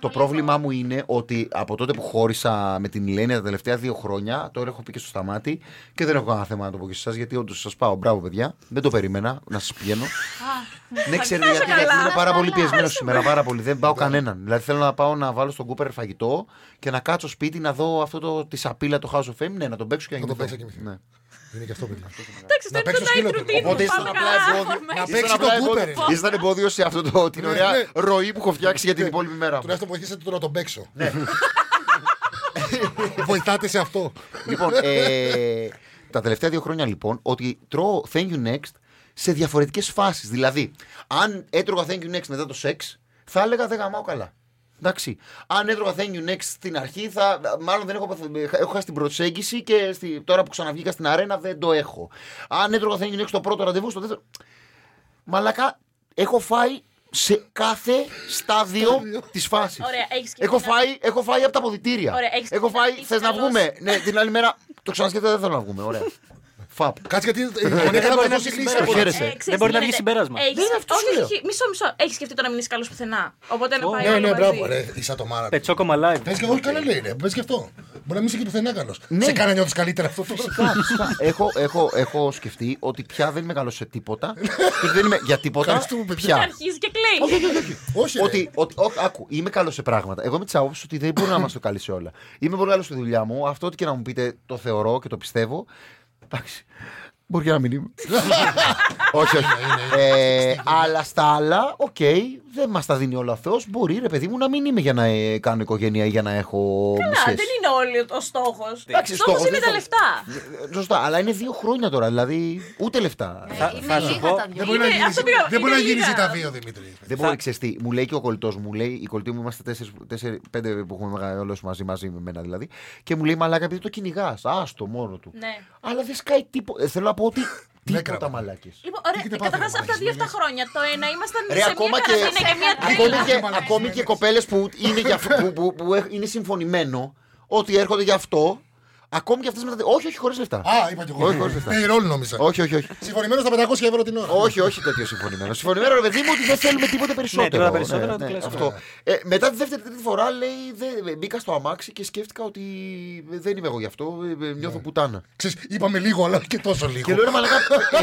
Το πρόβλημά μου είναι ότι από τότε που χώρισα με την Ηλένη τα τελευταία δύο χρόνια, τώρα έχω πει και στο σταμάτη και δεν έχω κανένα θέμα να το πω και σε εσάς γιατί όντως σας πάω. Μπράβο, παιδιά. Δεν το περίμενα να σας πηγαίνω. ναι, ξέρετε γιατί, γιατί είμαι πάρα πολύ πιεσμένο σήμερα. Πάρα πολύ. Δεν πάω κανέναν. Δηλαδή θέλω να πάω να βάλω στον κούπερ φαγητό και να κάτσω σπίτι να δω αυτό το, τη σαπίλα το House of Fame. Ναι, να τον παίξω και να
Να το
κοιμηθώ.
παίξω και
Ναι.
Είναι και αυτό παιδιά.
Εντάξει,
Να
αυτό είναι το
παίξω σκύλο
night
τώρα.
routine.
Οπότε
που
ήσταν
πάμε
απλά
καλά,
εμπόδιο.
φορμές.
παίξει
Ήσταν
τον
απλά
κούπερ.
εμπόδιο. Ήσταν εμπόδιος σε αυτό το, την
Ναι,
ωραία
ναι.
ροή που έχω φτιάξει για την υπόλοιπη μέρα.
Τουλάχιστον βοηθήσατε τώρα να τον παίξω.
Ναι.
Βοηθάτε σε αυτό.
λοιπόν, ε, τα τελευταία δύο χρόνια λοιπόν, ότι τρώω thank you next σε διαφορετικές φάσεις. Δηλαδή, αν έτρωγα thank you next μετά το σεξ, θα έλεγα δεν γαμάω καλά. Εντάξει. Αν έτρωγα thank you next στην αρχή, θα, μάλλον δεν έχω, παθ- έχω χάσει την προσέγγιση και στη, τώρα που ξαναβγήκα στην αρένα δεν το έχω. Αν έτρωγα thank you next στο πρώτο ραντεβού, στο δεύτερο. Μαλακά, έχω φάει σε κάθε στάδιο της φάσης.
Ωραία, έχεις και
έχω,
την-
φάει, έχω φάει από τα αποδητήρια.
Ωραία, έχεις
έχω
και
φάει.
την-
Θες να
καλός.
βγούμε. ναι, την άλλη μέρα το ξανασκέφτεται, δεν θέλω να βγούμε. Ωραία. Φαπ.
Κάτσε γιατί η γωνία
Ε, μπορεί να
καταβολή
βγει
συγκλήσει.
σήμερα,
από όλα.
χαίρεσαι.
Ε, ξέρεις
Δεν μπορεί
τι
να βγει
γίνεται.
συμπέρασμα.
Έχεις-
Δεν είναι αυτός
όχι,
σου λέω.
όχι, μισό, μισό. Έχεις σκεφτεί το να μην είσαι καλός πουθενά. Οπότε να πάει.
Ναι,
όλο
ναι,
μαζί.
μπράβο, ρε, είσαι το μάρα. Πε
Πετσόκομα live.
και όχι καλά λέει, ρε. Πες και αυτό. Μπορεί να μην είσαι και πουθενά καλός.
Ναι.
Σε κάνει να νιώθεις καλύτερα αυτό. τώρα.
Φυσικά, φυσικά. έχω, έχω, έχω σκεφτεί ότι πια δεν είμαι καλός σε τίποτα. και δεν είμαι για τίποτα.
Ευχαριστούμε, παιδιά.
Και
πια.
αρχίζει και κλαίει.
Όχι,
Ναι.
ρε.
ότι, ότι ό, άκου, είμαι καλός σε πράγματα. Εγώ είμαι της άποψης ότι δεν μπορεί να είμαστε καλοί σε όλα. Είμαι πολύ καλός στη δουλειά μου. Αυτό ό,τι και να μου πείτε το θεωρώ και το πιστεύω. Εντάξει. Μπορεί και να μην είμαι. όχι, όχι.
Ναι,
ε, αλλά στα άλλα, οκ, δεν μας τα δίνει όλα ο Θεός. Μπορεί, ρε παιδί μου, να μην είμαι για να ε, κάνω οικογένεια ή για να έχω
Α,
σχέση.
δεν είναι όλοι ο στόχος.
Εντάξει,
Ο στόχος
στόχος
είναι
δεν
τα
θα-
λεφτά.
Ε, Σωστά, αλλά είναι δύο χρόνια τώρα, δηλαδή ούτε λεφτά.
Ε,
Ε,
Είναι λίγα τα
Δεν
δυο.
μπορεί να
Είναι-
γυρίσει-
αυτό πήγα-
Δεν μπορεί να
είναι
γυρίσει
λίγα.
τα δύο, Δημήτρη.
Δεν μπορεί, ξέρεις τι, μου λέει και ο κολλητός μου, λέει, οι κολλητοί μου είμαστε 4-5 που έχουμε μεγαλώσει μαζί, μαζί με εμένα δηλαδή, και μου λέει μαλάκα επειδή το κυνηγάς. Άστο μόνο του.
Ναι.
Αλλά δεν σκάει τίποτα. Θέλω να πω ότι
κραμπά.
τίποτα μαλάκες.
Λοιπόν,
Τι
ωραία,
έχετε πάθει,
καταρχά
ρε,
αυτά τα
μαλάκες,
δύο-εφτά χρόνια. Το ένα ήμασταν
Ρε,
σε
ακόμα
μια
και-
καραντίνα και μια
Ακόμη
τρέλα.
και, ακόμη και κοπέλες που, είναι για, αυτό- που, που, που έχ- είναι συμφωνημένο ότι έρχονται γι' αυτό, ακόμη και αυτές μετά. Όχι, όχι, χωρίς λεφτά.
Α, είπα κι εγώ.
Όχι, χωρίς λεφτά.
Ε, ρόλο νόμιζα.
Όχι, όχι, όχι.
Συμφωνημένος στα 500 ευρώ την ώρα.
Όχι, όχι τέτοιο συμφωνημένο. Συμφωνημένο, ρε παιδί μου, ότι δεν θέλουμε τίποτα περισσότερο.
Ναι, τίποτα περισσότερο, το κλασικό.
αυτό. Ε, μετά τη δεύτερη τρίτη φορά, λέει, δε, μπήκα στο αμάξι και σκέφτηκα ότι δεν είμαι εγώ γι' αυτό. ε, ε, Νιώθω πουτάνα.
Ξέρεις, είπαμε λίγο, αλλά όχι και τόσο
Και
λίγο.
λέω, ρε μαλακά,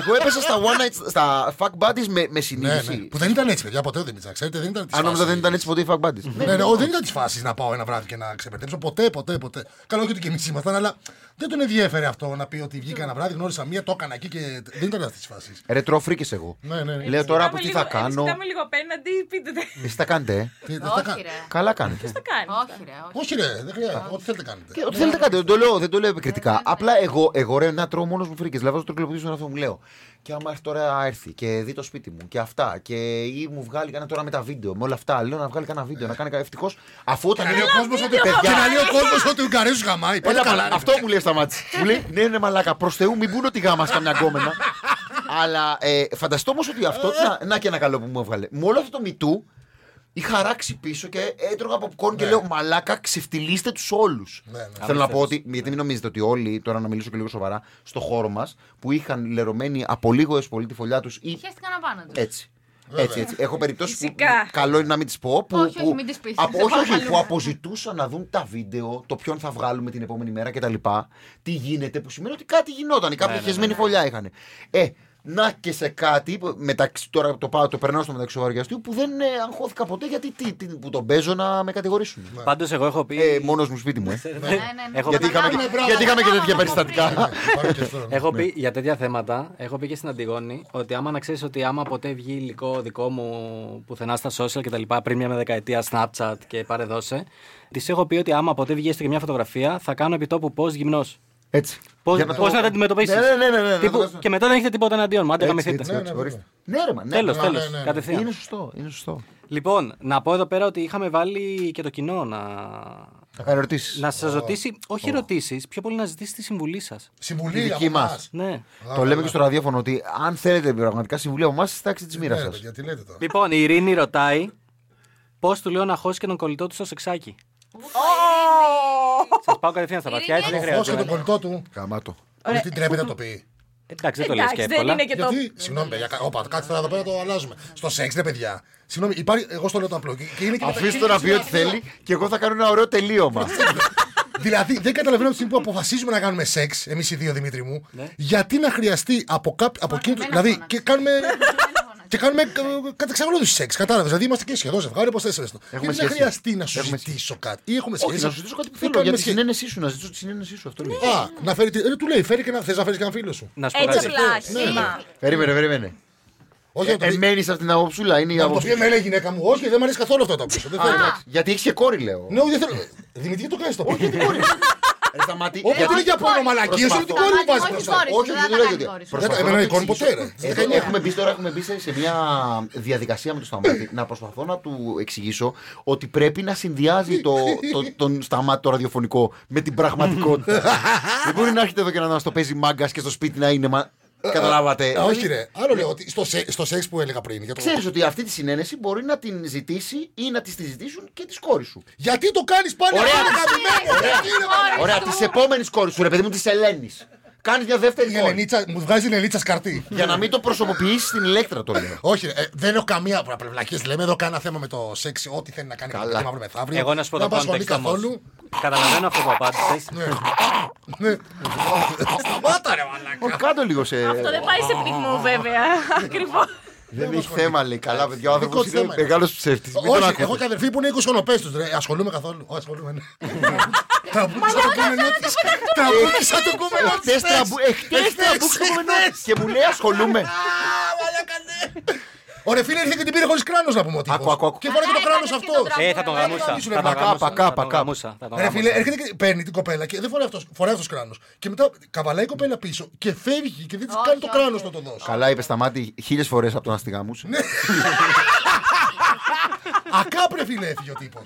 εγώ έπεσα στα one night, στα fuck buddies με, με
Ναι,
συνείδηση.
ναι. Που δεν ήταν έτσι, παιδιά, ποτέ ο Δημήτρη. Ξέρετε, δεν ήταν τη
Αν νόμιζα δεν ήταν έτσι ποτέ οι fuck buddies.
Ναι, ναι, ο, δεν ήταν τη φάση να πάω ένα βράδυ και να ξεπερτέψω. Ποτέ, ποτέ, ποτέ. Καλό όχι ότι και εμείς ήμασταν, αλλά δεν τον ενδιέφερε αυτό να πει ότι βγήκα ένα βράδυ, γνώρισα μία, το έκανα εκεί και δεν ήταν αυτή τη φάση.
Ρε τρώω φρίκες εγώ.
Ναι, ναι.
Ε,
ναι.
Λέω τώρα από τι
Κοιτάμε
θα
λίγο- εμείς
κάνω.
Κοιτάμε λίγο απέναντι, πείτε τε.
Εσείς τα κάνετε, ε.
Τι- δεν τα κα-
Όχι, ρε.
Καλά κάνετε.
Θα κάνει.
Όχι, ρε. όχι.
Όχι, ρε, δεν χρειάζεται. Ό,τι θέλετε κάνετε.
Και ό,τι θέλετε κάντε, δεν το λέω, δεν το λέω επικριτικά. Απλά εγώ, εγώ ρε, να τρώω μόνος μου φρίκες. Λαβάζω το κλειοπίδι στον εαυτό μου, λέω. Και άμα έρθει τώρα έρθει και δει το σπίτι μου και αυτά. Και ή μου βγάλει κανένα τώρα με τα βίντεο, με όλα αυτά. Λέω να βγάλει κανένα βίντεο, να κάνει κανένα. Ευτυχώς αφού
Και
όταν.
να λέει ο κόσμος ότι-
Παιδιά,
και να λέει ο κόσμος ότι ο Ουγγαρέζο γαμάει. Πολύ
Έλα,
καλά.
μαλα-
ρε.
αυτό μου λέει στα μάτια. μου λέει ναι, ναι, μαλάκα. Προς Θεού, μην μπουν ότι γάμα καμιά γκόμενα. Αλλά ε, φανταστώ όμως ότι αυτό. να, να και ένα καλό που μου έβγαλε. Με όλο αυτό το μητού είχα ράξει πίσω και έτρωγα popcorn και λέω Μαλάκα, ξεφτυλίστε τους όλους.
Ναι, ναι.
Θέλω να πω ότι. Γιατί μην νομίζετε ότι όλοι, τώρα να μιλήσω και λίγο σοβαρά, στο χώρο μας που είχαν λερωμένη από λίγο έως πολύ τη φωλιά τους ή
Χαίστηκαν
Ε,
απάνω τους.
έτσι. Έτσι, έτσι. Έχω περιπτώσεις που
Φυσικά.
καλό είναι να μην τις πω. Που,
Όχι, όχι,
που-
μην τις πεις.
Από,
Θα
όχι, όχι,
παρακαλούμε.
που αποζητούσαν να δουν τα βίντεο, το ποιον θα βγάλουμε την επόμενη μέρα κτλ. Τι γίνεται, που σημαίνει ότι κάτι γινόταν. Κάποια χεσμένη φωλιά είχαν. Ε, να και σε κάτι, που- μεταξύ, τώρα το, πάω, το περνάω στο μεταξύ σοβαριαστού, που δεν ε, αγχώθηκα ποτέ γιατί τι, τι- που τον παίζω να με κατηγορήσουν.
Πάντως εγώ έχω πει.
Ε, Μόνος μου σπίτι μου, ε.
ναι, ναι.
Έχω
γιατί,
πει-
είχαμε,
Μπράβο,
και-
μπράβο,
γιατί είχαμε και
μπράβο,
τέτοια
μπράβο,
περιστατικά.
Πάμε και αυτό, ναι.
Ε,
Έχω πει για τέτοια θέματα, έχω πει και στην Αντιγόνη ότι άμα να ξέρεις ότι άμα ποτέ βγει υλικό δικό μου πουθενά στα social κτλ. πριν μια δεκαετία Snapchat και πάρε δώσε, της έχω πει ότι άμα ποτέ βγει έστω και μια φωτογραφία θα κάνω επιτόπου πώ γυμνός.
Έτσι.
Πώς
Για
να, πώς
το-
να τα αντιμετωπίσεις.
Ναι, ναι, ναι, ναι, ναι, να το κάνω.
και μετά δεν έχετε τίποτα εναντίον μου. Άντε,
Έτσι,
γαμηθείτε.
έτσι,
Ναι,
έτσι,
ναι,
ορίστε.
βέβαια.
Ναι, ρε, μα, ναι,
Τέλος,
ναι,
τέλος.
ναι, ναι.
Κατευθείαν.
Είναι σωστό, είναι σωστό.
Λοιπόν, να πω εδώ πέρα ότι είχαμε βάλει και το κοινό να,
Ερωτήσεις.
Να σας ρωτήσει, όχι ερωτήσεις, πιο πολύ να ζητήσει τη συμβουλή σας.
Η
Συμβουλή
δική
από
μας.
μας.
Ναι.
Το λέμε και στο ραδιόφωνο ότι αν θέλετε πραγματικά συμβουλή από εμάς, τάξη της μοίρας
Ναι,
σας.
παιδιά, τι λέτε τώρα.
Λοιπόν, η Ειρήνη ρωτάει πώς του λέω να χώσει και τον κολλητό του στο σεξάκι. Σας πάω κατευθείαν στα βαθιά, έτσι δεν
Το φως και
χρειάζεται.
τον κολλητό του.
Καμάτο.
Ωραία. Τι τρέπεται να το πει.
Εντάξει, δεν το λες και
Εντάξει, δεν
εύκολα.
είναι και το.
Γιατί, συγγνώμη, παιδιά, κα- όπα, κάτσε τώρα εδώ πέρα το αλλάζουμε. Στο σεξ, ναι, παιδιά. Συγγνώμη, υπάρχει, εγώ στο λέω το απλό. και- και είναι και μεταξύ-
Αφήστε το να πει ό,τι θέλει και εγώ θα κάνω ένα ωραίο τελείωμα.
Δηλαδή, δεν καταλαβαίνω από τη στιγμή που αποφασίζουμε να κάνουμε σεξ, εμείς οι δύο Δημήτρη μου,
Ναι.
γιατί να χρειαστεί από κάποιον. Από εκείνο,
εμένα
δηλαδή,
φώναξε.
και κάνουμε. και κάνουμε ε, κατά εξαγνώριση σεξ, κατάλαβες. Δηλαδή, είμαστε και σχεδόν ζευγάρι, όπως θες το.
Έχουμε
Γιατί να
σχέση.
χρειαστεί να σου
Έχουμε
ζητήσω κάτι. Ή έχουμε σχέση.
Όχι, να σου ζητήσω κάτι που
ή
θέλω.
κάνουμε
Για τη
σχέση.
συνένεσή σου, να ζητήσω τη συνένεσή σου. Αυτό λέω.
Α, να φέρει. τη- ε, του λέει, φέρει και να θες να φέρεις και ένα φίλο σου.
Να σου πω
Έτσι
κάτι.
απλά, χήμα.
Περίμενε, περίμενε. Ε,
Όχι, να το πει.
Εμένει αυτή την αποψούλα, είναι η
Να μου το
αποψούλα.
πει εμένα η γυναίκα μου. Όχι, δεν μου αρέσει καθόλου αυτό το πίσω. Δεν θέλω.
Γιατί έχεις και κόρη, λέω.
Ναι, όχι, δεν θέλω. Δημητρή, γιατί το κάνεις το πίσω.
Ρε, σταμάτη.
Όποτε
Γιατί-
είναι για πορνομαλακίε, όλη την
Ε, Προσπαθώ.
κόρη μου βάζεις
Όχι,
μπροστά.
κόρη.
Όχι,
δεν θα
δεν λέω
κάνει
γιατί.
κόρη.
Προσπαθώ
Δεν- εμένα
να το
η εικόνα
εξηγήσω.
ποτέ, ρε. Στις
Εδώ
19.
Έχουμε μπει τώρα έχουμε μπει σε σε μια διαδικασία με το σταμάτη. να προσπαθώ να του εξηγήσω ότι πρέπει να συνδυάζει το, το, τον σταμάτη το ραδιοφωνικό με την πραγματικότητα. Δεν μπορεί να έρχεται εδώ και να μα το παίζει μάγκας και στο σπίτι να είναι. Μα... Καταλάβατε.
Α, Όχι, ρε. Άλλο λέω ότι στο σε- στο σεξ που έλεγα πριν. για το-
Ξέρεις ότι αυτή τη συνένεση μπορεί να την ζητήσει ή να της τη ζητήσουν και της κόρης σου.
Γιατί το κάνεις πάλι
Ωραία,
αυτό είναι
ρε.
αγαπημένο. Γιατί είναι αγαπημένο.
Ωραία, της επόμενης κόρης σου, ρε παιδί μου, της Ελένης. Κάνεις μια δεύτερη
Η
κόρη.
Ελενίτσα, μου βγάζει η Ελενίτσα σκαρτί.
Για να μην το προσωποποιήσεις στην ηλέκτρα το λέω.
Όχι, ε, δεν έχω καμία προαπλευλακή. Λέμε εδώ κάνα θέμα με το σεξ, ό,τι θέλει να κάνει
Καλά.
Καλά. αύριο μεθαύριο.
Εγώ να σου πω το
Δεν απασχολεί
context όμως.
καθόλου.
Καταλαβαίνω αυτό που απάντησες.
Ναι. Σταμάτα, ρε μαλάκα.
Ω, Κάντο λίγο σε.
Αυτό δεν πάει σε πνιγμό, βέβαια. Ακριβώς.
Δεν έχει θέμα, λέει. Καλά, παιδιά. Ο άνθρωπος
Δικό
είναι
θέμα είναι.
μεγάλος ψεύτης. Μην τον
Όχι,
ακούτε.
έχω και αδερφοί που είναι 20 ονοπές τους. Ασχολούμαι καθόλου. Όχι, ασχολούμαι. ναι. Τραμπούκισα το κόμενό τη. Τραμπούκισα το κόμενό
Ε,
τη.
Χτες τραμπου- ε, χτες τραμπούκισα το κομμενό. Και μου λέει ασχολούμαι.
Ωραία, φίλε, ήρθε και την πήρε χωρίς κράνος να πούμε ότι.
Άκου, άκου, άκου.
Και φοράει και το
Άρα,
κράνο
έκανε και
αυτό.
τον τραμπούκι.
Ε, θα τον
Ρε,
γαμούσα.
γαμίσου, ρε,
Θα τον
παπά,
γαμούσα.
παπά,
θα τον
παπά.
γαμούσα, θα τον
Ρε φίλε,
γαμούσα.
έρχεται και παίρνει την κοπέλα και δεν φοράει αυτός φοράει αυτός κράνος. Και μετά καβαλάει η κοπέλα πίσω και φεύγει και δεν της
Όχι,
κάνει το
όχι.
κράνος να το δώσει.
Καλά, είπες στα μάτια χίλιες φορές από τον αστιγά μου.
Ναι. Ακάπ ρε φίλε έφυγε ο τύπος.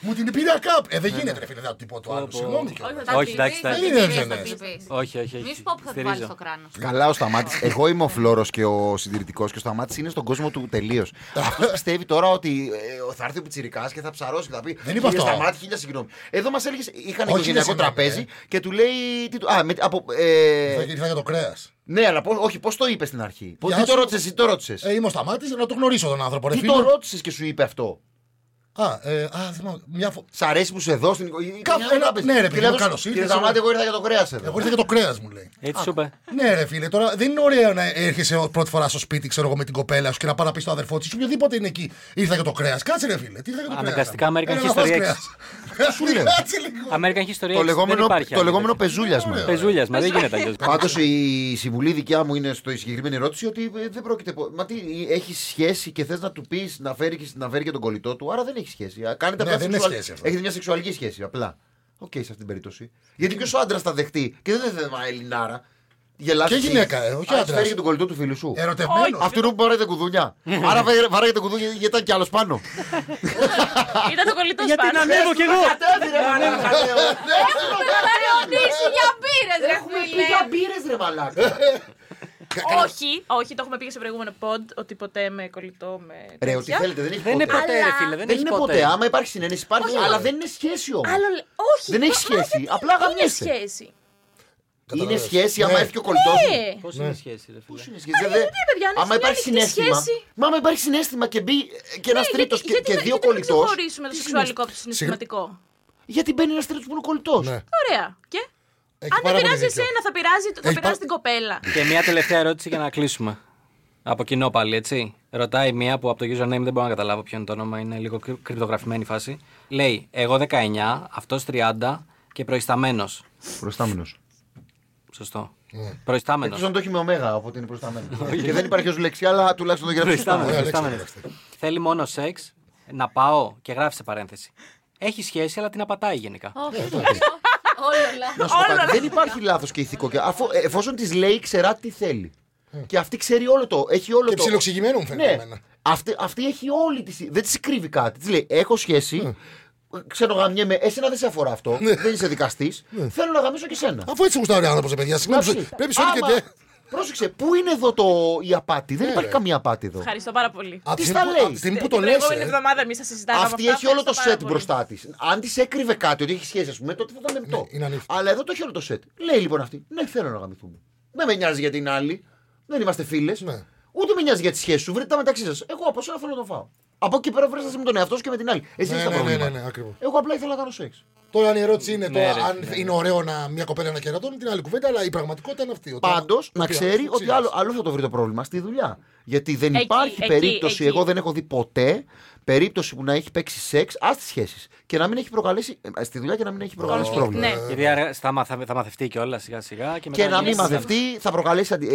Μου την πήρε ακάπ. Ε, δεν γίνεται ρε φίλε, δεν θα του πω το άλλο. Συγγνώμη κιόλας.
θα
Όχι, εντάξει,
Θα
εντάξει.
Δεν
την
είναι
πεις, θα
ευγενές.
την πεις.
Όχι, όχι, όχι.
Μη σου πω που θα του
Στηρίζω.
βάλεις στο κράνος.
Καλά, ο Σταμάτης. Εγώ είμαι ο Φλόρος και ο συντηρητικός και ο Σταμάτης είναι στον κόσμο του τελείως. Αυτός πιστεύει τώρα ότι ε, θα έρθει ο Πιτσυρικά και θα ψαρώσει και θα πει.
Δεν είπα
«Κύριε
αυτό».
Σταμάτη, χίλια συγγνώμη. Εδώ μας έλεγε. Είχαν
Όχι,
οικογενειακό
δεν σημαίνει,
τραπέζι
ε.
και του λέει. τι του- Α, με- από. ε,
Θα γυρίσει για το κρέας.
Ναι, αλλά πώς- όχι, πώς το είπες στην αρχή. Πώς-
Γεια
Τι το
σου.
ρώτησες, τι το ρώτησες.
Ε, είμαι ο σταμάτης να το γνωρίσω τον άνθρωπο. Ρε
Τι
φίλε.
το ρώτησες και σου είπε αυτό.
Α, ε, α, θυμάμαι. Μια φο...
Σ' αρέσει που σε εδώ στην οικογένεια.
Κάπου ένα- ναι, ρε, παιδί μου, καλώς
ήρθε.
ήρθες,
Κύριε Σταμάτη,
ωραία.
εγώ ήρθα για το κρέας
Εγώ
εδώ.
ήρθα για το κρέας, μου λέει.
Έτσι σου είπε.
Ναι, ρε φίλε, τώρα δεν είναι ωραίο να έρχεσαι ο- πρώτη φορά στο σπίτι, ξέρω εγώ, με την κοπέλα σου και να πάει να πει στο αδερφό της. Οποιοδήποτε είναι εκεί. Ήρθα για το κρέας. Κάτσε, ρε φίλε. Τι ήρθα για το Ε, κρέα.
Αναγκαστικά American History X.
Σου
λέω.
Κάτσε λίγο.
American History
Το
X, δεν
λεγόμενο,
υπάρχει.
το
άλλη
λεγόμενο
τέτοια.
πεζούλια μου.
Πεζούλιας, μα δεν γίνεται αλλιώς.
Πάντως η συμβουλή δικιά μου είναι στο η συγκεκριμένη ερώτηση ότι ε, δεν πρόκειται. πο- Μα τι, έχεις σχέση και θες να του πεις να, φέρει και- να φέρει και τον κολλητό του, άρα δεν έχεις σχέση. Α, Κάνετε
Ναι,
απλά
δεν είναι
σεξουαλ-
σχέση αυτό.
Έχετε μια σεξουαλική σχέση απλά. Οκ, σε αυτή την περίπτωση. Γιατί ποιο άντρας θα δεχτεί και δεν είναι θέμα Ελληνάρα. Γελάς
Και
εσύ.
γυναίκα, ε, όχι
Α,
άντρας.
Φέρει και τον κολλητό του φίλου σου.
Ερωτευμένος.
Αυτού που παράγεται κουδουνιά. Άρα βέ- βάραγε τα κουδούνια γιατί ήταν κι άλλος πάνω.
Ναι, Ήταν το κολλητός
Γιατί να
πάνω.
ανέβω κι εγώ.
Κατέβη, ρε,
ναι,
μαλάκα, λέω.
Παρεοντήσει για μπύρες ρε
Ναι.
φίλε.
ναι, Για μπύρες, ρε μαλάκα.
Όχι, όχι, το έχουμε πει και σε προηγούμενο pod ότι ποτέ με κολλητό με.
Ρε, ό,τι
τέτοια.
θέλετε, δεν έχει
Δεν είναι
ποτέ.
ποτέ, ρε φίλε.
Δεν είναι ποτέ. Άμα υπάρχει συνένεση, υπάρχει. Αλλά δεν είναι σχέση όμως.
Άλλο λέ- Όχι,
Δεν έχει
μα- μα
σχέση,
γιατί
απλά
Είναι
γαμιέσαι.
σχέση.
Είναι
Καταλαβαίνεις.
σχέση άμα
Ναι.
έρθει και ο κολλητός σου.
Ε,
Πώς είναι η σχέση, ρε φίλε.
είναι σχέση, δεν- δεν-
παιδιά, αν
Άμα
έχει
υπάρχει
μια ανοιχτή
συνέστημα.
σχέση.
Μα άμα υπάρχει συνέστημα και μπει και ένας
γιατί-
τρίτο και,
γιατί
και
να-
δύο
γιατί να
κολλητός.
ξεχωρίσουμε το σεξουαλικό από το συναισθηματικό.
Γιατί μπαίνει ένας τρίτος που είναι κολλητός.
Ναι.
Ωραία. Και.
Έχει
Αν δεν
πάρα πολύ
πειράζει
δίκιο.
εσένα, θα πειράζει, θα
Έχει πάρα-
πειράζει την κοπέλα.
Και μια τελευταία ερώτηση για να κλείσουμε. Από κοινό πάλι, έτσι. Ρωτάει μία που από το username δεν μπορώ να καταλάβω ποιο είναι το όνομα, είναι λίγο κρυ- κρυπτογραφημένη η φάση. Λέει, εγώ 19, αυτό 30 και προϊσταμένος.
Προστάμενο.
Σωστό.
Εκτό
Προϊστάμενο.
Ναι. αν το έχει με ωμέγα, οπότε είναι προστάμενο. και δεν υπάρχει ως λέξη, αλλά τουλάχιστον το Ναι, γράφει. σωστά.
Προϊστάμενο.
Ωραία,
προϊστάμενο.
λέξη,
Θέλει μόνο σεξ, να πάω και γράφει σε παρένθεση. Έχει σχέση, αλλά την απατάει γενικά.
Όχι, Όλο λάθος.
Να σου πω κάτι, Δεν υπάρχει λάθος και ηθικό. Και αφού, ε, εφόσον της λέει, ξερά τι θέλει. Και αυτή ξέρει όλο το. Έχει όλο
Ε. Και
το.
ψιλοξηγημένο μου φαίνεται
Ναι.
εμένα.
Αυτή, αυτή έχει όλη τη. συ- Δεν της κρύβει κάτι. Της λέει: Έχω σχέση.
Ε.
ξενογαμιέμαι, εσένα δεν σε αφορά αυτό.
Ναι.
δεν είσαι δικαστής. Θέλω να γαμίσω και σένα.
Αφού έτσι γουστάρει ο άνθρωπος, παιδιά. Συγγνώμη,
Εντάξει.
πρέπει σου και
Άμα-
ντε.
Πρόσεξε, πού είναι εδώ το... η απάτη. Δεν
Ναι,
υπάρχει
ρε.
καμία απάτη εδώ.
Ευχαριστώ πάρα πολύ.
Από τη
Τι
στιγμή
στα
που-
λέει.
από τη στιγμή που
Την
το ε, λες.
προηγούμενη εβδομάδα εμείς θα συζητάγαμε.
Αυτή
αυτά,
έχει όλο το
ευχαριστώ πάρα
σετ
πολύ.
μπροστά της. Αν της έκρυβε κάτι, ότι έχει σχέση, ας πούμε, τότε θα ήταν λεπτό.
Ναι, είναι αλήθεια.
Αλλά εδώ το έχει όλο το σετ. Λέει λοιπόν αυτή, Ναι, θέλω να γαμηθούμε. Δεν με νοιάζει για την άλλη. Δεν είμαστε φίλες.
Ναι.
Ούτε με νοιάζει για τη σχέση σου. Βρείτε τα μεταξύ σας. Εγώ από σένα θέλω να το φάω. Από εκεί πέρα βρέστασε με τον εαυτό σου και με την άλλη. Εσύ
Ναι,
έχεις τα
ναι, ναι,
προβλήματα.
ναι, ναι, ακριβώς.
Εγώ απλά ήθελα να κάνω σεξ.
Τώρα η ερώτηση είναι το
Ναι, ρε,
αν
ναι.
είναι ωραίο να μια κοπέλα να κερατώνει την άλλη κουβέντα, αλλά η πραγματικότητα είναι αυτή. Όταν-
Πάντως να
Τι
ξέρει
άλλο,
ότι άλλο, άλλο θα το βρει το πρόβλημα στη δουλειά. Γιατί δεν
Εκεί,
υπάρχει
εκεί,
περίπτωση,
εκεί.
εγώ δεν έχω δει ποτέ περίπτωση που να έχει παίξει σεξ ας τις σχέσεις και να μην έχει προκαλέσει. ε, στη δουλειά και να μην έχει προκαλέσει πρόβλημα.
Ναι.
Γιατί άρα στα μαθα- θα μαθευτεί κιόλας σιγά σιγά. Και, μετά
Και να
γίνει
μην
συζήτηση.
μαζευτεί, θα προκαλέσει αντι- ε,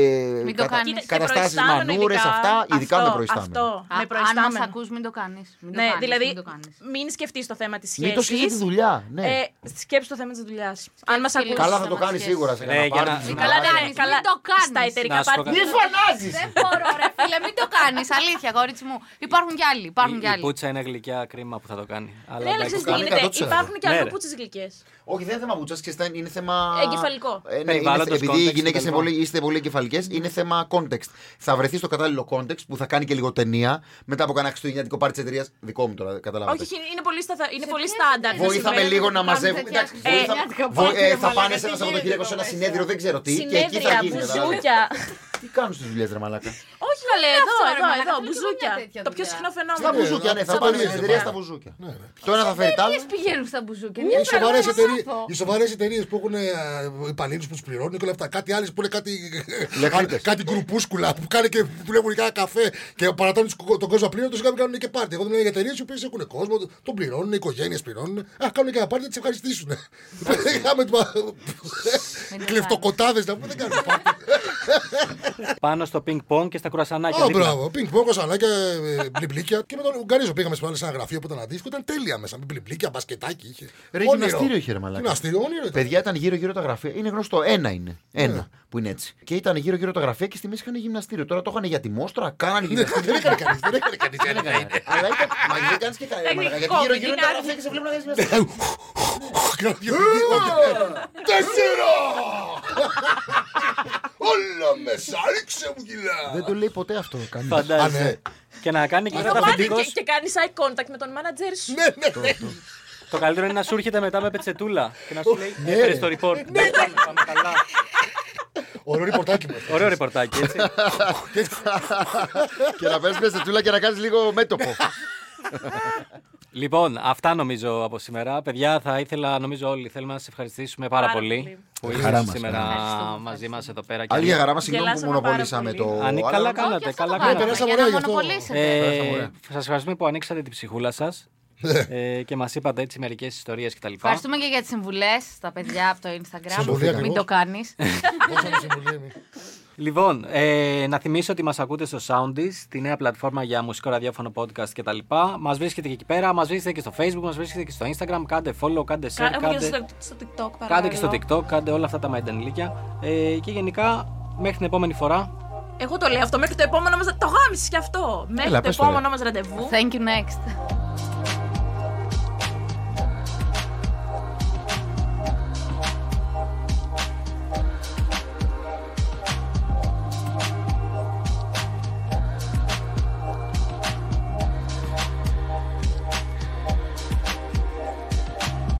Μην το κάνεις.
Κοίτα, και
καταστάσεις
προϊστάμενο
μανούρες,
ειδικά.
αυτά, ειδικά
Αυτό,
με προϊστάμενο.
Αυτό,
Α,
με
Αν μας
προϊστάμενο.
ακούς μην το κάνεις. Μην το
Ναι,
κάνεις,
δηλαδή
μην το κάνεις.
μην σκεφτείς το θέμα της σχέση.
Μην το σκέφτεσαι τη δουλειά. Ναι.
ε, σκέψου το θέμα της δουλειάς. Αν μα ακούσει.
λίγο.
Καλά θα το
Θέμα
κάνεις
σχέσης.
σίγουρα σε
Ρε,
κανένα
Ναι, για να-
Ε,
πάρτι.
Μην
Καλά,
Καλά,
ναι.
Ντάνης, μην το κάνεις.
Στα εταιρικά
Να σου πω
πάρτι.
κάτι.
Μη φωνάζεις!
Δεν μπορώ, ρε φίλε, μην το κάνεις. Αλήθεια, αγόρι μου. Υπάρχουν κι άλλοι. Υπάρχουν κι
Η, η
άλλοι.
πούτσα είναι γλυκιά κρίμα που θα το κάνει.
Ναι, αλλά ξέρεις τι
κάνει
γίνεται.
100%.
Υπάρχουν και
Ναι,
άλλοι
ρε.
που τι γλυκές.
Όχι, δεν είναι θέμα μπουτσά, είναι θέμα.
Εγκεφαλικό. Ναι.
Ε, ναι, είναι,
Περιβάλλοντος,
επειδή
context
οι γυναίκες
κτλ.
είστε πολύ εγκεφαλικές, είναι θέμα context. Θα βρεθεί στο κατάλληλο context που θα κάνει και λίγο ταινία μετά από κανένα χριστουγεννιάτικο πάρτι της εταιρείας. Δικό μου τώρα, καταλάβατε.
Όχι, όχι, είναι πολύ, σταθα... είναι πολύ
ποιες
στάνταρ.
εταιρείες
Βοήθαμε
Συμβαίνει
λίγο
να
να
κάνουν
μαζεύουμε.
τέτοια
Εντάξει,
χριστουγεννιάτικα
βοήθα- βο-
πάρτι,
ε,
ρε
θα
μαλάκα,
πάνε σε
τι
ένα
γίνεται
Σαββατοκύριακο σε ένα
μέσα.
συνέδριο, δεν ξέρω τι, και εκεί θα
Συνέδρια,
γίνει. κατάλαβες.
μπουζούκια.
Τι κάνουν στις δουλειές, ρε Μαλάκα.
Όχι, καλέ, εδώ,
αυτό, ρε
εδώ,
μαλάκα,
εδώ,
θέλω κι εγώ μια τέτοια
μπουζούκια. Το πιο
δουλειά.
συχνό
Στα
φαινόμενο.
μπουζούκια, ναι, θα
στα
πάνε
μπουζούκια,
εταιρεία
ναι.
στα μπουζούκια.
Ναι, ναι.
Το ένα θα φέρει τ' άλλο.
Ποιες πηγαίνουν στα μπουζούκια.
Οι
Μια
σοβαρές
παράδειγμα
εταιρείε
μάθω.
εταιρείες που έχουν ε, υπαλλήλους που τους πληρώνουν και όλα αυτά. Κάτι άλλες που είναι κάτι,
Λεχρίτες.
κάτι γκρουπούσκουλα που κάνουν και που δουλεύουν για καφέ και παρατάνε τους κο- τον κόσμο απλήρωτο και κάνουν- κάνουν και πάρτι. Εγώ δεν μιλάω για εταιρείες οι οποίες έχουν κόσμο, τον πληρώνουν, οι οικογένειες πληρώνουν. Α, κάνουν και ένα πάρτι να τις ευχαριστήσουν. Κάμε κλεφτοκοτάδες να πούμε δεν κάνουν πάρτι.
Πάνω στο πινκ πονγκ και στα κουρασανάκια.
Α,
δίπλα.
μπράβο. Πινκ πονγκ, κοσαλάκια, ε, μπλιμπλίκια. Και με τον Ουγγαρίζο πήγαμε σε ένα γραφείο που ήταν αντίστοιχο. Ήταν τέλεια μέσα. με Μπλιμπλίκια, μπασκετάκι είχε.
Ρε,
Όνειρο.
γυμναστήριο είχε, ρε μαλάκα.
Γυμναστήριο, όνειρο. ήταν.
Παιδιά ήταν γύρω-γύρω τα γραφεία. Είναι γνωστό. Ένα είναι. Ένα που είναι έτσι. Και ήταν γύρω-γύρω τα γραφεία και στη μέση είχαν γυμναστήριο. Τώρα το είχαν για τη μόστρα, κάνανε γυμναστήριο.
Δεν έκανε κανείς, δεν έκανε κανείς.
Δεν έκανε. Αλλά ήταν. Μα δεν κάνεις και κανένα. μαλάκα, Γιατί
COVID,
γύρω-γύρω
είναι
τα
άδικο.
γραφεία και σε βλέπουν να κάνεις γυμναστήριο.
Κάνω δυο-
Τέσσερα!
Όλα μέσα, ρίξε μου κιλά.
Δεν το λέει ποτέ αυτό κανείς.
Α, ναι.
Φαντάζεσαι. Και να κάνει και
Το
μετά τα
πάνε και, και κάνεις eye contact με τον manager σου.
Ναι, ναι, ναι.
Το καλύτερο είναι να σου έρχεται μετά με πετσετούλα και να σου λέει
Ναι,
έφερες
ρε.
το report. Ναι, πάμε, πάμε καλά.
Ωραίο ρηπορτάκι μου.
Ωραίο ρεπορτάκι, έτσι.
Και να παίρνει πεστετούλα και να κάνεις λίγο μέτωπο.
Λοιπόν, αυτά νομίζω από σήμερα. Παιδιά, θα ήθελα, νομίζω όλοι θέλουμε να σας ευχαριστήσουμε πάρα,
Πάρα
πολύ,
πολύ.
που
Χαρά
ήρθατε
μας,
σήμερα
χαρά
μαζί μας εδώ πέρα.
Άλλη για χαρά μας, συγγνώμη που
Γελάσαμε
μονοπολίσαμε
πάρα πολύ.
το.
Αν
αλλά-
καλά
Όχι,
κάνατε,
αυτό
καλά
το κάναμε,
κάνατε.
Περάσαμε
για να
ωραία γι' αυτό.
μονοπολίσετε.
Περάσαμε
Ε,
ωραία.
σας ευχαριστούμε που ανοίξατε τη ψυχούλα σας ε, και μας είπατε έτσι μερικές ιστορίες κτλ.
Ευχαριστούμε και για τις συμβουλές στα παιδιά από το Instagram.
Συμβουλή
Μην
ακριβώς.
το κάνεις.
Ε.
Δώσαμε συμβουλή εμείς.
Λοιπόν, ε, να θυμίσω ότι μας ακούτε στο Soundis, τη νέα πλατφόρμα για μουσικό ραδιόφωνο podcast κτλ. Μας βρίσκεται και εκεί πέρα, μας βρίσκεται και στο Facebook, μας βρίσκεται και στο Instagram. Κάντε follow, κάντε share,
Έχουμε και
κάντε,
στο, στο TikTok παρακαλώ.
κάντε και στο TikTok, κάντε όλα αυτά τα μαϊντανιλίκια. Ε, και γενικά, μέχρι την επόμενη φορά,
Εγώ το λέω αυτό. Μέχρι το επόμενο μας. Το γάμισε κι αυτό. Μέχρι
Έλα,
το
πες το, ρε.
επόμενο μας ραντεβού.
Thank you next.